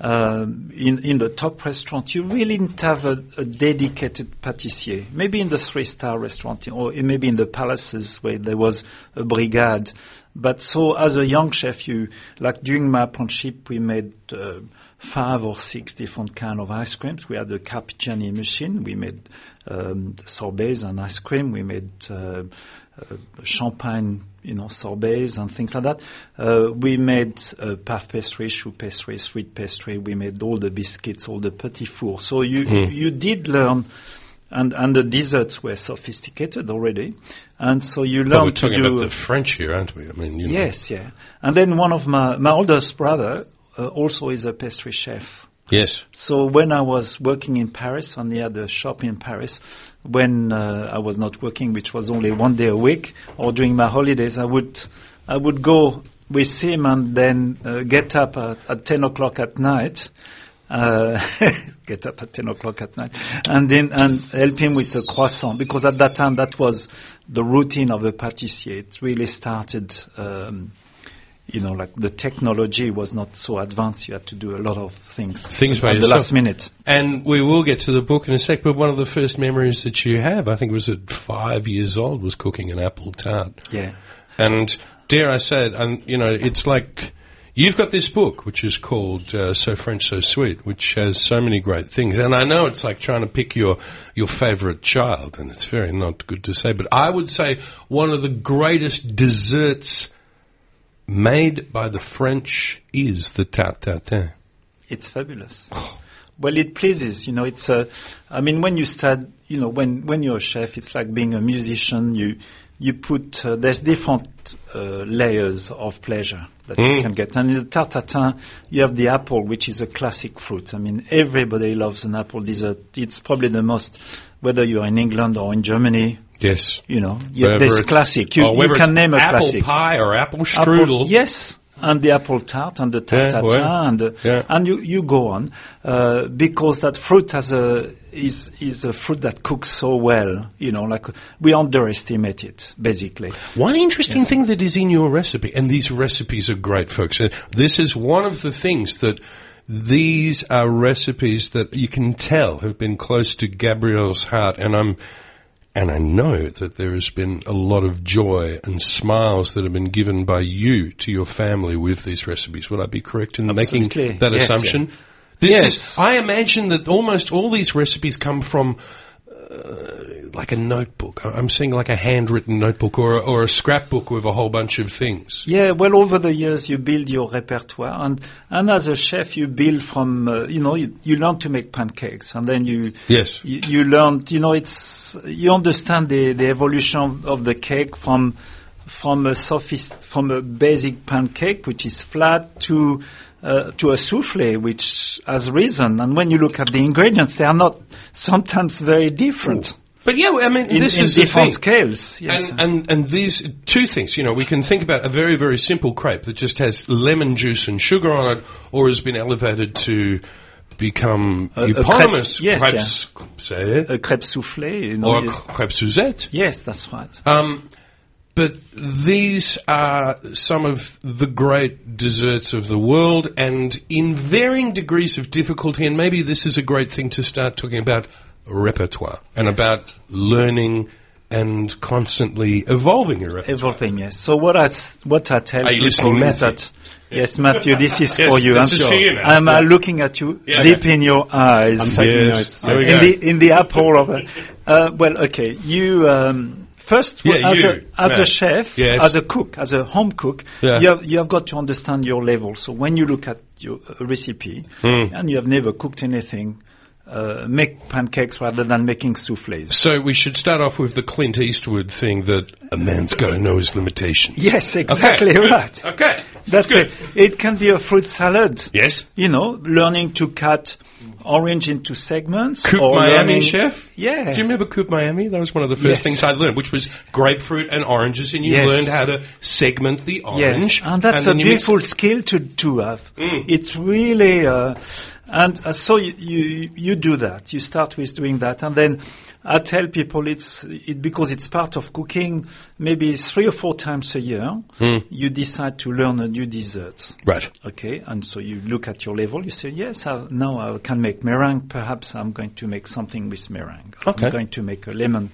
um, in in the top restaurant, you really didn't have a, a dedicated pâtissier. Maybe in the three star restaurant, or in- maybe in the palaces where there was a brigade. But so, as a young chef, you like during my apprenticeship, we made. Uh, five or six different kind of ice creams. We had a Carpigiani machine. We made um, sorbets and ice cream. We made uh, uh, champagne, you know, sorbets and things like that. Uh, we made uh, puff pastry, choux pastry, sweet pastry. We made all the biscuits, all the petit fours. So you
Hmm.
you did learn. And, and the desserts were sophisticated already, and so you
but we're
learned to
talking
do
about the French here, aren't we? I mean, you know.
yes, yeah. And then one of my my oldest brother uh, also is a pastry chef,
Yes.
so when I was working in Paris, and he had a shop in Paris, when uh, I was not working, which was only one day a week, or during my holidays, I would, I would go with him and then uh, get up at, at 10 o'clock at night, uh, get up at 10 o'clock at night, and then, and help him with a croissant, because at that time that was the routine of a pâtissier. It really started, um, you know, like the technology was not so advanced. You had to do a lot of things.
Things by
at the
yourself.
last minute.
And we will get to the book in a sec, but one of the first memories that you have, I think it was at five years old, was cooking an apple tart.
Yeah.
And dare I say it, and you know, it's like you've got this book which is called uh, "So French, So Sweet," which has so many great things. And I know it's like trying to pick your your favourite child, and it's very not good to say, but I would say one of the greatest desserts made by the French is the tarte tatin.
It's fabulous.
Oh.
Well, it pleases, you know, it's a, I mean, when you start, you know, when, when you're a chef, it's like being a musician. You, you put, uh, there's different uh, layers of pleasure that
Mm.
you can get. And in the tarte tatin, you have the apple, which is a classic fruit. I mean, everybody loves an apple dessert. It's probably the most, whether you're in England or in Germany,
Yes.
you know, you,
Whether
there's
it's-
classic. You,
or
you
whether
can
it's
name a
apple
classic.
pie or apple
apple-
strudel.
yes, and the apple tart and the tart
Yeah,
tatin
well,
and the,
yeah.
and you, you go on uh, because that fruit has a is is a fruit that cooks so well. You know, like we underestimate it basically.
One interesting thing that is in your recipe, and these recipes are great, folks. and This is one of the things that these are recipes that you can tell have been close to Gabrielle's heart, and I'm. And I know that there has been a lot of joy and smiles that have been given by you to your family with these recipes. Would I be correct in
Absolutely.
making that
Yes,
assumption? This
Yes.
is, I imagine that almost all these recipes come from uh, like a notebook. I- I'm seeing like a handwritten notebook or a, or a scrapbook with a whole bunch of things.
Yeah, well, over the years you build your repertoire, and and as a chef you build from uh, you know you, you learn to make pancakes, and then you
Yes.
you, you learned, you know, it's you understand the, the evolution of the cake from from a sophist from a basic pancake which is flat to uh, to a souffle which has risen. And when you look at the ingredients, they are not sometimes very different
But yeah, I mean,
in,
this
in
is the
different
thing.
scales. Yes.
And, and and these two things, you know, we can think about a very very simple crepe that just has lemon juice and sugar on it, or has been elevated to become
a crepe-
eponymous
yes,
crepes, say,
a crepe souffle, you know.
or a
you-
crepe Suzette.
yes, that's right.
Um, but these are some of the great desserts of the world, and in varying degrees of difficulty. And maybe this is a great thing to start talking about repertoire and about learning and constantly evolving your repertoire.
Everything, yes. So what I, s- what I tell
Are you
people
listening,
is
Matthew?
that, yes, Matthew, this is
Yes,
for you.
this
I'm
is for
sure.
you now.
I'm uh, looking at you
Yeah,
deep in your eyes.
I'm taking
Yes.
notes.
There we
in
go.
the in the apple of a, uh, well okay you um, first w-
Yeah,
as
you,
a as
Matt.
a chef
Yes.
as a cook as a home cook
Yeah.
you have you have got to understand your level so when you look at your uh, recipe
Hmm.
and you have never cooked anything uh, make pancakes rather than making souffles
So we should start off with the Clint Eastwood thing that a man's got to know his limitations.
yes exactly
Okay.
right
Okay.
that's
good.
it it can be a fruit salad
Yes.
you know learning to cut orange into segments
Coop
or
Miami
learning-
chef.
yeah
Do you remember Coop Miami? That was one of the first
Yes.
things I learned, which was grapefruit and oranges, and you
Yes.
learned how to segment the orange.
Yes, and that's
then
a
you mix- Mm.
beautiful skill to, to have. It's really, uh, and uh, so you, you you do that. You start with doing that, and then I tell people it's it because it's part of cooking. Maybe three or four times a year,
Hmm.
you decide to learn a new dessert.
Right.
Okay, and so you look at your level. You say, yes, I, now I can make meringue. Perhaps I'm going to make something with meringue.
Okay.
I'm going to make a lemon,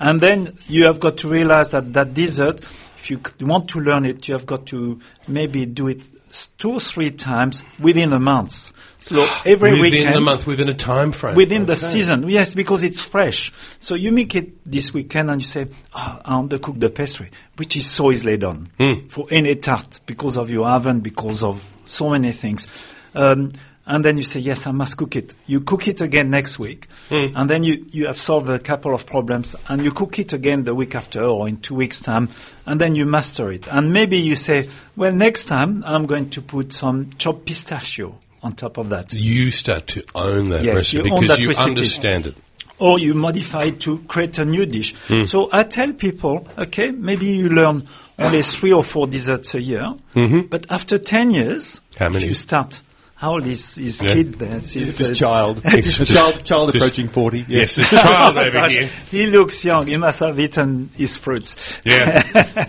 and then you have got to realize that that dessert, if you c- want to learn it, you have got to maybe do it s- two or three times within a month. So every
Within
weekend,
the month, within a time frame.
within the season. Yes, because it's fresh. So you make it this weekend and you say, oh, I undercook the pastry, which is so easily done for any tart because of your oven, because of so many things. Um, and then you say, yes, I must cook it. You cook it again next week. And then you, you have solved a couple of problems and you cook it again the week after or in two weeks time. And then you master it. And maybe you say, well, next time I'm going to put some chopped pistachio on top of that.
you start to own that
Yes,
recipe
you own
because
that
you
recipe.
understand it.
or you modify it to create a new dish.
Hmm.
So I tell people, okay, maybe you learn only three or four desserts a year, but after 10 years,
Mm-hmm. How
if
many?
you start, how old is his
Yeah.
kid there? This, is- Oh
This child.
It's
a
just-
child, child
just-
approaching 40.
Yes,
Yes.
this child over here.
He looks young. He must have eaten his fruits.
Yeah.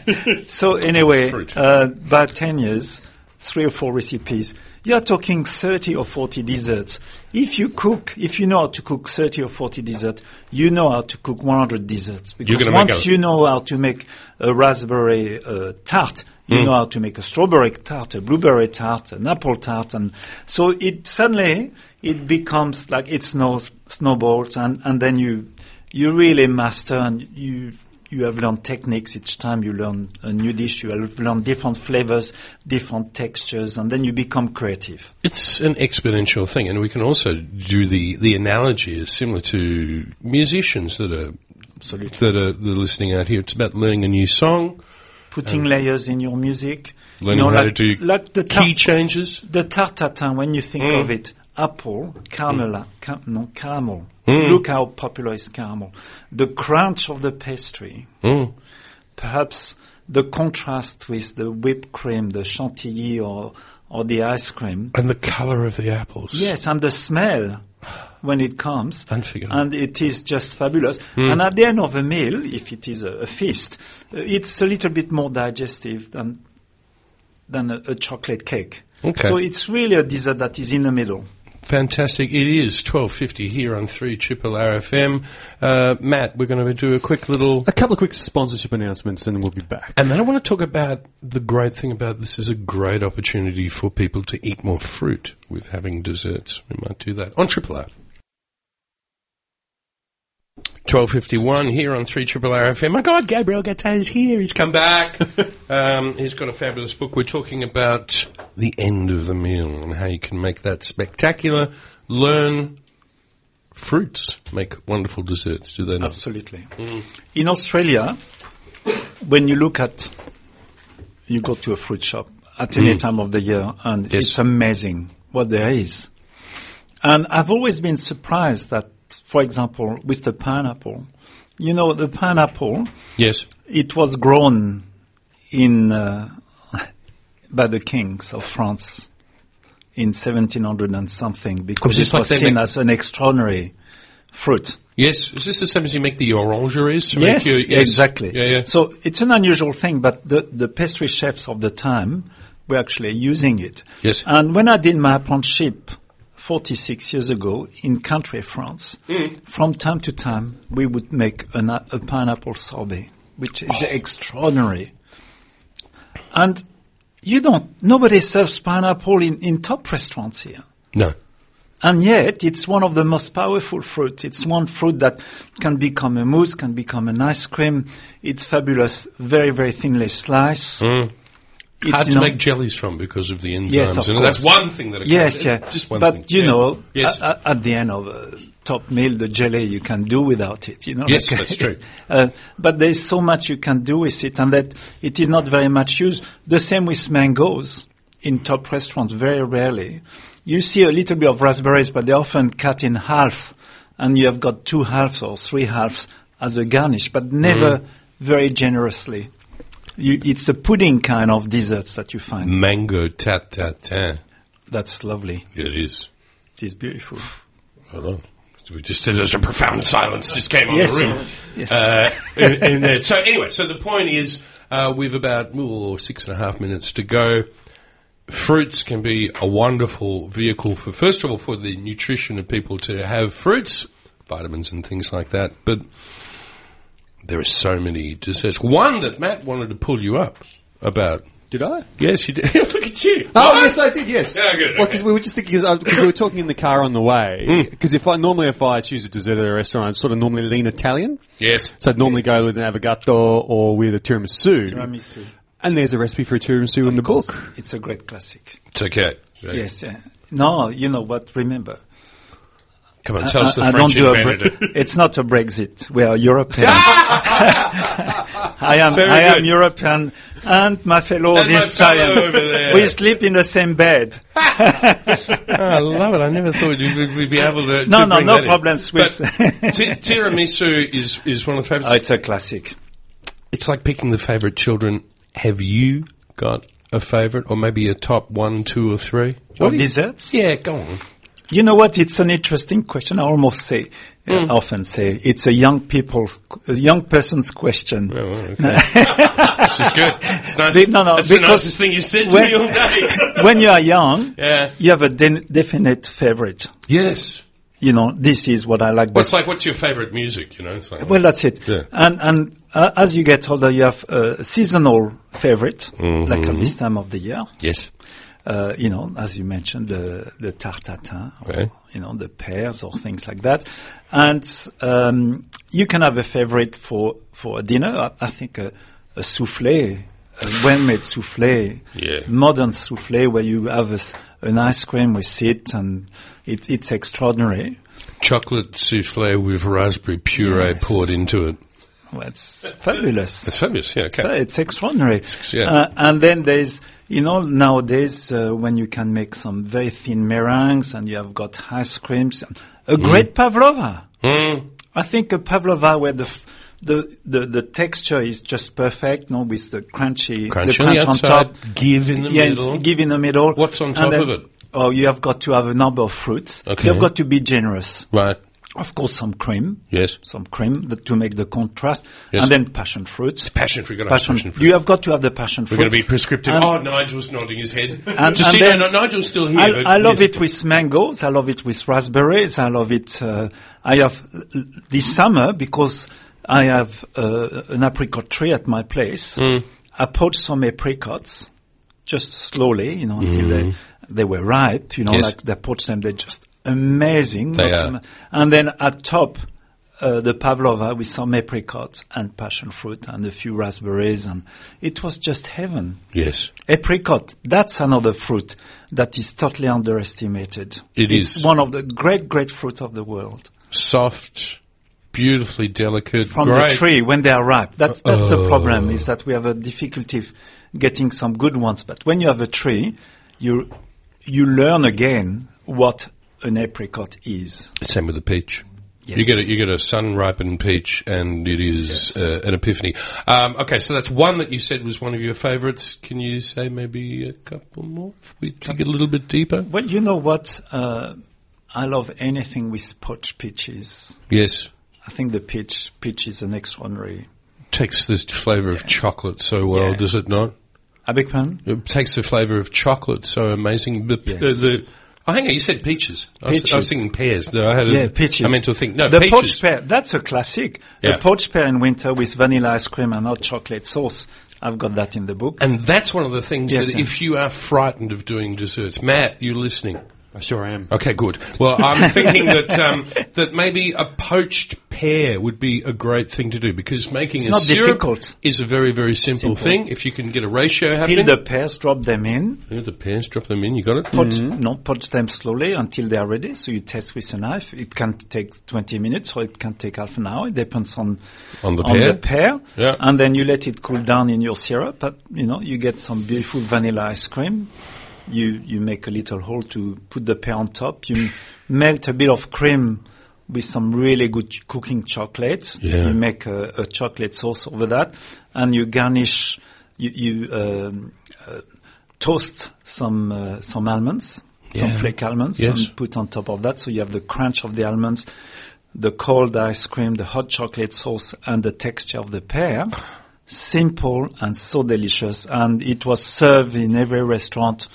So anyway,
Fruit.
uh, by 10 years, three or four recipes, you're talking 30 or 40 desserts. If you cook, if you know how to cook 30 or 40 desserts, you know how to cook 100 desserts. Because
gonna make
once
a-
you know how to make a raspberry uh, tart, you
Hmm.
know how to make a strawberry tart, a blueberry tart, an apple tart, and so it suddenly it becomes like it snows, snowballs, and, and then you you really master and you you have learned techniques each time you learn a new dish. You have learned different flavors, different textures, and then you become creative.
It's an exponential thing, and we can also do the, the analogy is similar to musicians that are that are that are listening out here. It's about learning a new song,
Putting layers in your music, you
learning
know,
how
like,
to do
like the
key
tart-
changes.
the tartatin, when you think of it, apple, caramel, ca- no, caramel. Look how popular is caramel. The crunch of the pastry,
Mm.
perhaps the contrast with the whipped cream, the chantilly, or or the ice cream.
And the colour of the apples.
Yes, and the smell when it comes.
Unforgettable.
And it Hmm. is just fabulous. And at the end of a meal, if it is a, a feast, uh, it's a little bit more digestive than than a, a chocolate cake.
Okay.
So it's really a dessert that is in the middle.
Fantastic. It is 12.50 here on 3 Triple RFM. Uh, Matt, we're going to do a quick little...
A couple of quick sponsorship announcements and we'll be back.
And then I want to talk about the great thing about this is a great opportunity for people to eat more fruit with having desserts. We might do that on Triple R. 12.51 here on 3 Triple RFM. My God, Gabriel Gattaz here. He's come back. um, he's got a fabulous book. We're talking about the end of the meal and how you can make that spectacular. Learn fruits. Make wonderful desserts, do they not?
Absolutely. In Australia, when you look at, you go to a fruit shop at any time of the year, and
Yes.
it's amazing what there is. And I've always been surprised that, for example, with the pineapple, you know, the pineapple,
Yes.
it was grown in uh, by the kings of France in 1700 and something because
this
it
like
was
they
seen
make-
as an extraordinary fruit.
Yes, is this the same as you make the orangeries? to
Yes,
make your- yes.
exactly.
Yeah, yeah.
So it's an unusual thing, but the, the pastry chefs of the time were actually using it.
Yes.
And when I did my apprenticeship 46 years ago in country France,
Hmm.
from time to time we would make an, a a pineapple sorbet, which
Oh.
is extraordinary. And you don't, nobody serves pineapple in, in top restaurants here.
No.
And yet, it's one of the most powerful fruits. It's one fruit that can become a mousse, can become an ice cream. It's fabulous, very, very thinly sliced. It,
Hmm. Hard
you
to
know-
make jellies from because of the enzymes.
Yes, of
in it. That's
course.
one thing that. it
Yes,
can-
yeah.
Just one
but
thing.
you
Yeah.
know, uh,
Yes.
a- a- at the end of a top meal, the jelly you can do without it. You know.
Yes, that's true.
Uh, but there's so much you can do with it, and that it is not very much used. The same with mangoes in top restaurants. Very rarely, you see a little bit of raspberries, but they're often cut in half, and you have got two halves or three halves as a garnish, but never
Mm-hmm.
very generously. You, it's the pudding kind of desserts that you
Mm.
find.
Mango tat tat tat.
That's lovely.
It is.
It is beautiful.
Hold on. We just there's a profound silence just came on
Yes,
the room.
yes.
Uh, in, in there. So anyway, so the point is, uh, we've about ooh, six and a half minutes to go. Fruits can be a wonderful vehicle for, first of all, for the nutrition of people to have fruits, vitamins and things like that. But there are so many desserts. One that Matt wanted to pull you up about.
Did I?
Yes, you did. Look at you.
Oh,
What?
yes, I did. Yes.
Yeah, good,
Well,
okay. Hmm.
because we were just thinking because we were talking in the car on the way. Because if I normally if I choose a dessert at a restaurant, I'd sort of normally lean Italian.
Yes.
So I'd normally go with an avogato or with a tiramisu.
Tiramisu.
And there's a recipe for a tiramisu in the book.
It's a great classic.
It's okay.
Yes. yeah. No, you know what? Remember,
Come on, tell us the
I, I don't
French
do a.
invented
Bre-
it.
it's not a Brexit. We are Europeans. I am.
Very
I am
good.
European, and my fellow
And my
is
fellow over there.
Italian. We sleep in the same bed.
I love it. I never thought you would we'd be able to.
No,
to
no,
bring
no
that in.
problem, Swiss.
But ti- tiramisu is is one of the favorites.
it's a classic.
It's like picking the favorite children. Have you got a favorite, or maybe a top one, two, or three?
Of
do you-
desserts?
Yeah, go on.
You know what? It's an interesting question. I almost say, uh,
Hmm.
often say, it's a young people's, a young person's question.
Oh, well, okay. this is good. It's nice.
Be- no, no,
That's the
because
nicest thing you said to
when-
me all day.
when you are young,
yeah.
you have a de- definite favorite.
Yes.
You know, this is what I like
Well,
best.
it's like, what's your favorite music? You know, it's like,
Well, uh, that's it.
Yeah.
And and uh, as you get older, you have a seasonal favorite, like at this time of the year.
Mm-hmm. yes.
Uh, you know, as you mentioned, the the tartatin, or,
Okay.
you know, the pears or things like that. And um, you can have a favorite for for a dinner. I, I think a, a souffle, a well-made souffle,
Yeah.
modern souffle, where you have a s an ice cream with it, and it, it's extraordinary.
Chocolate souffle with raspberry puree
Yes.
poured into it.
Well, it's fabulous.
It's fabulous. Yeah. Okay.
Uh, It's extraordinary.
yeah.
Uh, and then there's, you know, nowadays uh, when you can make some very thin meringues and you have got ice creams, a
Mm-hmm.
great pavlova.
Mm.
I think a pavlova where the f- the, the, the texture is just perfect, no, with the crunchy,
Crunch
the
on
crunch
the
on
outside,
top,
give in the
yeah,
middle.
it's give in the middle.
What's on
And
top of it?
Oh, you have got to have a number of fruits.
Okay.
You've got to be generous.
Right.
Of course, some cream,
Yes.
some cream that, to make the contrast,
Yes.
and then passion fruit
Passion fruit. gotta have
passion.
passion fruit.
You have got to have the passion
We're
fruit.
going to be prescriptive.
And-
oh, Nigel's nodding his head.
And-
Just
and
so you
then-
know, no, Nigel's still here. but
I, I love
yes.
it with mangoes. I love it with raspberries. I love it. Uh, I have l- l- this summer because I have uh, an apricot tree at my place.
Mm.
I poached some apricots, just slowly, you know, until they they were ripe. You know,
Mm. Yes.
like they poached them. They're just amazing.
They
Not
are.
ma- And then at top. Uh, the pavlova with some apricots and passion fruit and a few raspberries and it was just heaven.
Yes.
Apricot, that's another fruit that is totally underestimated.
It
it's
is.
one of the great, great fruit of the world
Soft, beautifully delicate.
from
great.
the tree when they are ripe. That's, that's
Oh.
the problem is that we have a difficulty f- getting some good ones. But when you have a tree, you, you learn again what an apricot is.
Same with the peach. You
Yes.
get a, you get a sun ripened peach, and it is uh, an epiphany. Um, okay, so that's one that you said was one of your favourites. Can you say maybe a couple more if we dig a little bit deeper?
Well, you know what? Uh, I love anything with poached peaches.
Yes,
I think the peach, peach is an extraordinary.
takes the flavour of chocolate so well,
Yeah.
does it not?
I beg pardon?
It takes the flavour of chocolate so amazing. The,
Yes.
the, Oh, hang on, you said peaches. I was, I was
Peaches.
thinking pears. No, I had. a-
Yeah, peaches.
I meant to think. No,
the
peaches.
poached pear. That's a classic.
Yeah.
The poached pear in winter with vanilla ice cream and hot chocolate sauce. I've got that in the book.
And that's one of the things
Yes,
that
Sam.
if you are frightened of doing desserts, Matt, you listening?
I sure am.
Okay, good. Well, I'm thinking that um, that maybe a poached pear would be a great thing to do because making a
not
syrup
difficult.
is a very very simple, thing. If you can get a ratio
Peel
happening,
the pears, drop them in,
Yeah, the pears, drop them in. You got it.
poach,
Mm-hmm.
no, poach them slowly until they are ready. So you test with a knife. It can take 20 minutes or it can take half an hour. It depends on,
On the
on
pear.
the pear.
Yeah.
And then you let it cool down in your syrup. But, you know, you get some beautiful vanilla ice cream. You, you make a little hole to put the pear on top. You melt a bit of cream with some really good ch- cooking chocolates.
Yeah.
You make a, a chocolate sauce over that and you garnish, you, you, um, uh, toast some uh, some almonds, some flake almonds,
Yes.
and put on top of that. So you have the crunch of the almonds, the cold ice cream, the hot chocolate sauce, and the texture of the pear. Simple and so delicious, and it was served in every restaurant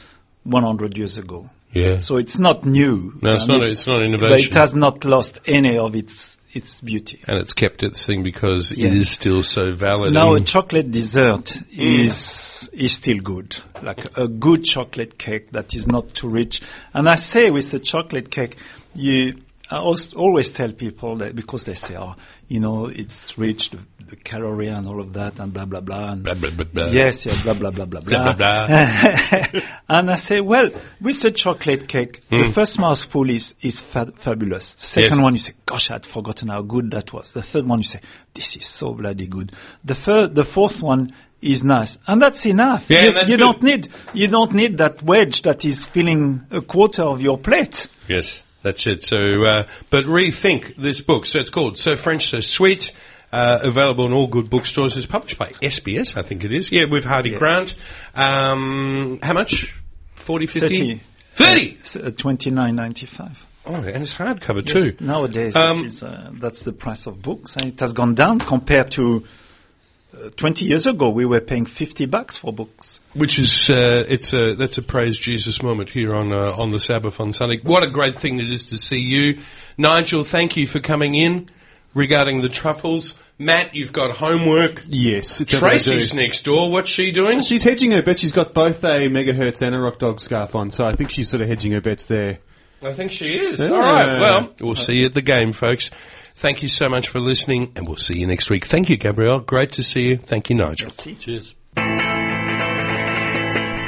100 years ago.
Yeah.
So it's not new.
No, it's
and
not- it's not
But
innovation.
it has not lost any of its its beauty.
and it's kept its thing because it
Yes.
is still so valid.
Now a
and-
chocolate dessert is is still good, like a good chocolate cake that is not too rich. And I say with the chocolate cake, you I als- always tell people that because they say, oh, you know, it's rich, the, the calorie and all of that, and blah blah blah. And
Blah, blah, blah, blah.
Yes, yeah, blah blah blah blah
Blah, blah, blah. Hmm.
and I say, well, with the chocolate cake, the first mouthful is, is fa- fabulous. Second
Yes.
one, you say, gosh, I'd forgotten how good that was. The third one, you say, this is so bloody good. The third, the fourth one is nice. And that's enough.
Yeah,
you
and that's
you
good.
don't need, you don't need that wedge that is filling a quarter of your plate.
Yes, that's it. So, uh, but rethink this book. So it's called So French, So Sweet. Uh, available in all good bookstores. It's published by SBS, I think it is. Yeah, with Hardy Grant. Um, how much? 40, 50?
Thirty.
30!
It's, uh, 29.95.
Oh, and it's hardcover
Yes,
too.
Nowadays,
Um,
it is, uh, that's the price of books, and it has gone down compared to uh, 20 years ago. We were paying 50 bucks for books.
Which is, uh, it's a, that's a praise Jesus moment here on, uh, on the Sabbath on Sunday. What a great thing it is to see you. Nigel, thank you for coming in regarding the truffles. Matt, you've got homework.
Yes, it's something I do.
Tracy's next door. What's she doing?
She's hedging her bet. She's got both a megahertz and a rock dog scarf on, so I think she's sort of hedging her bets there.
I think she is.
Yeah.
All right. Well, we'll see you at the game, folks. Thank you so much for listening, and we'll see you next week. Thank you, Gabrielle. Great to see you. Thank you, Nigel.
Cheers.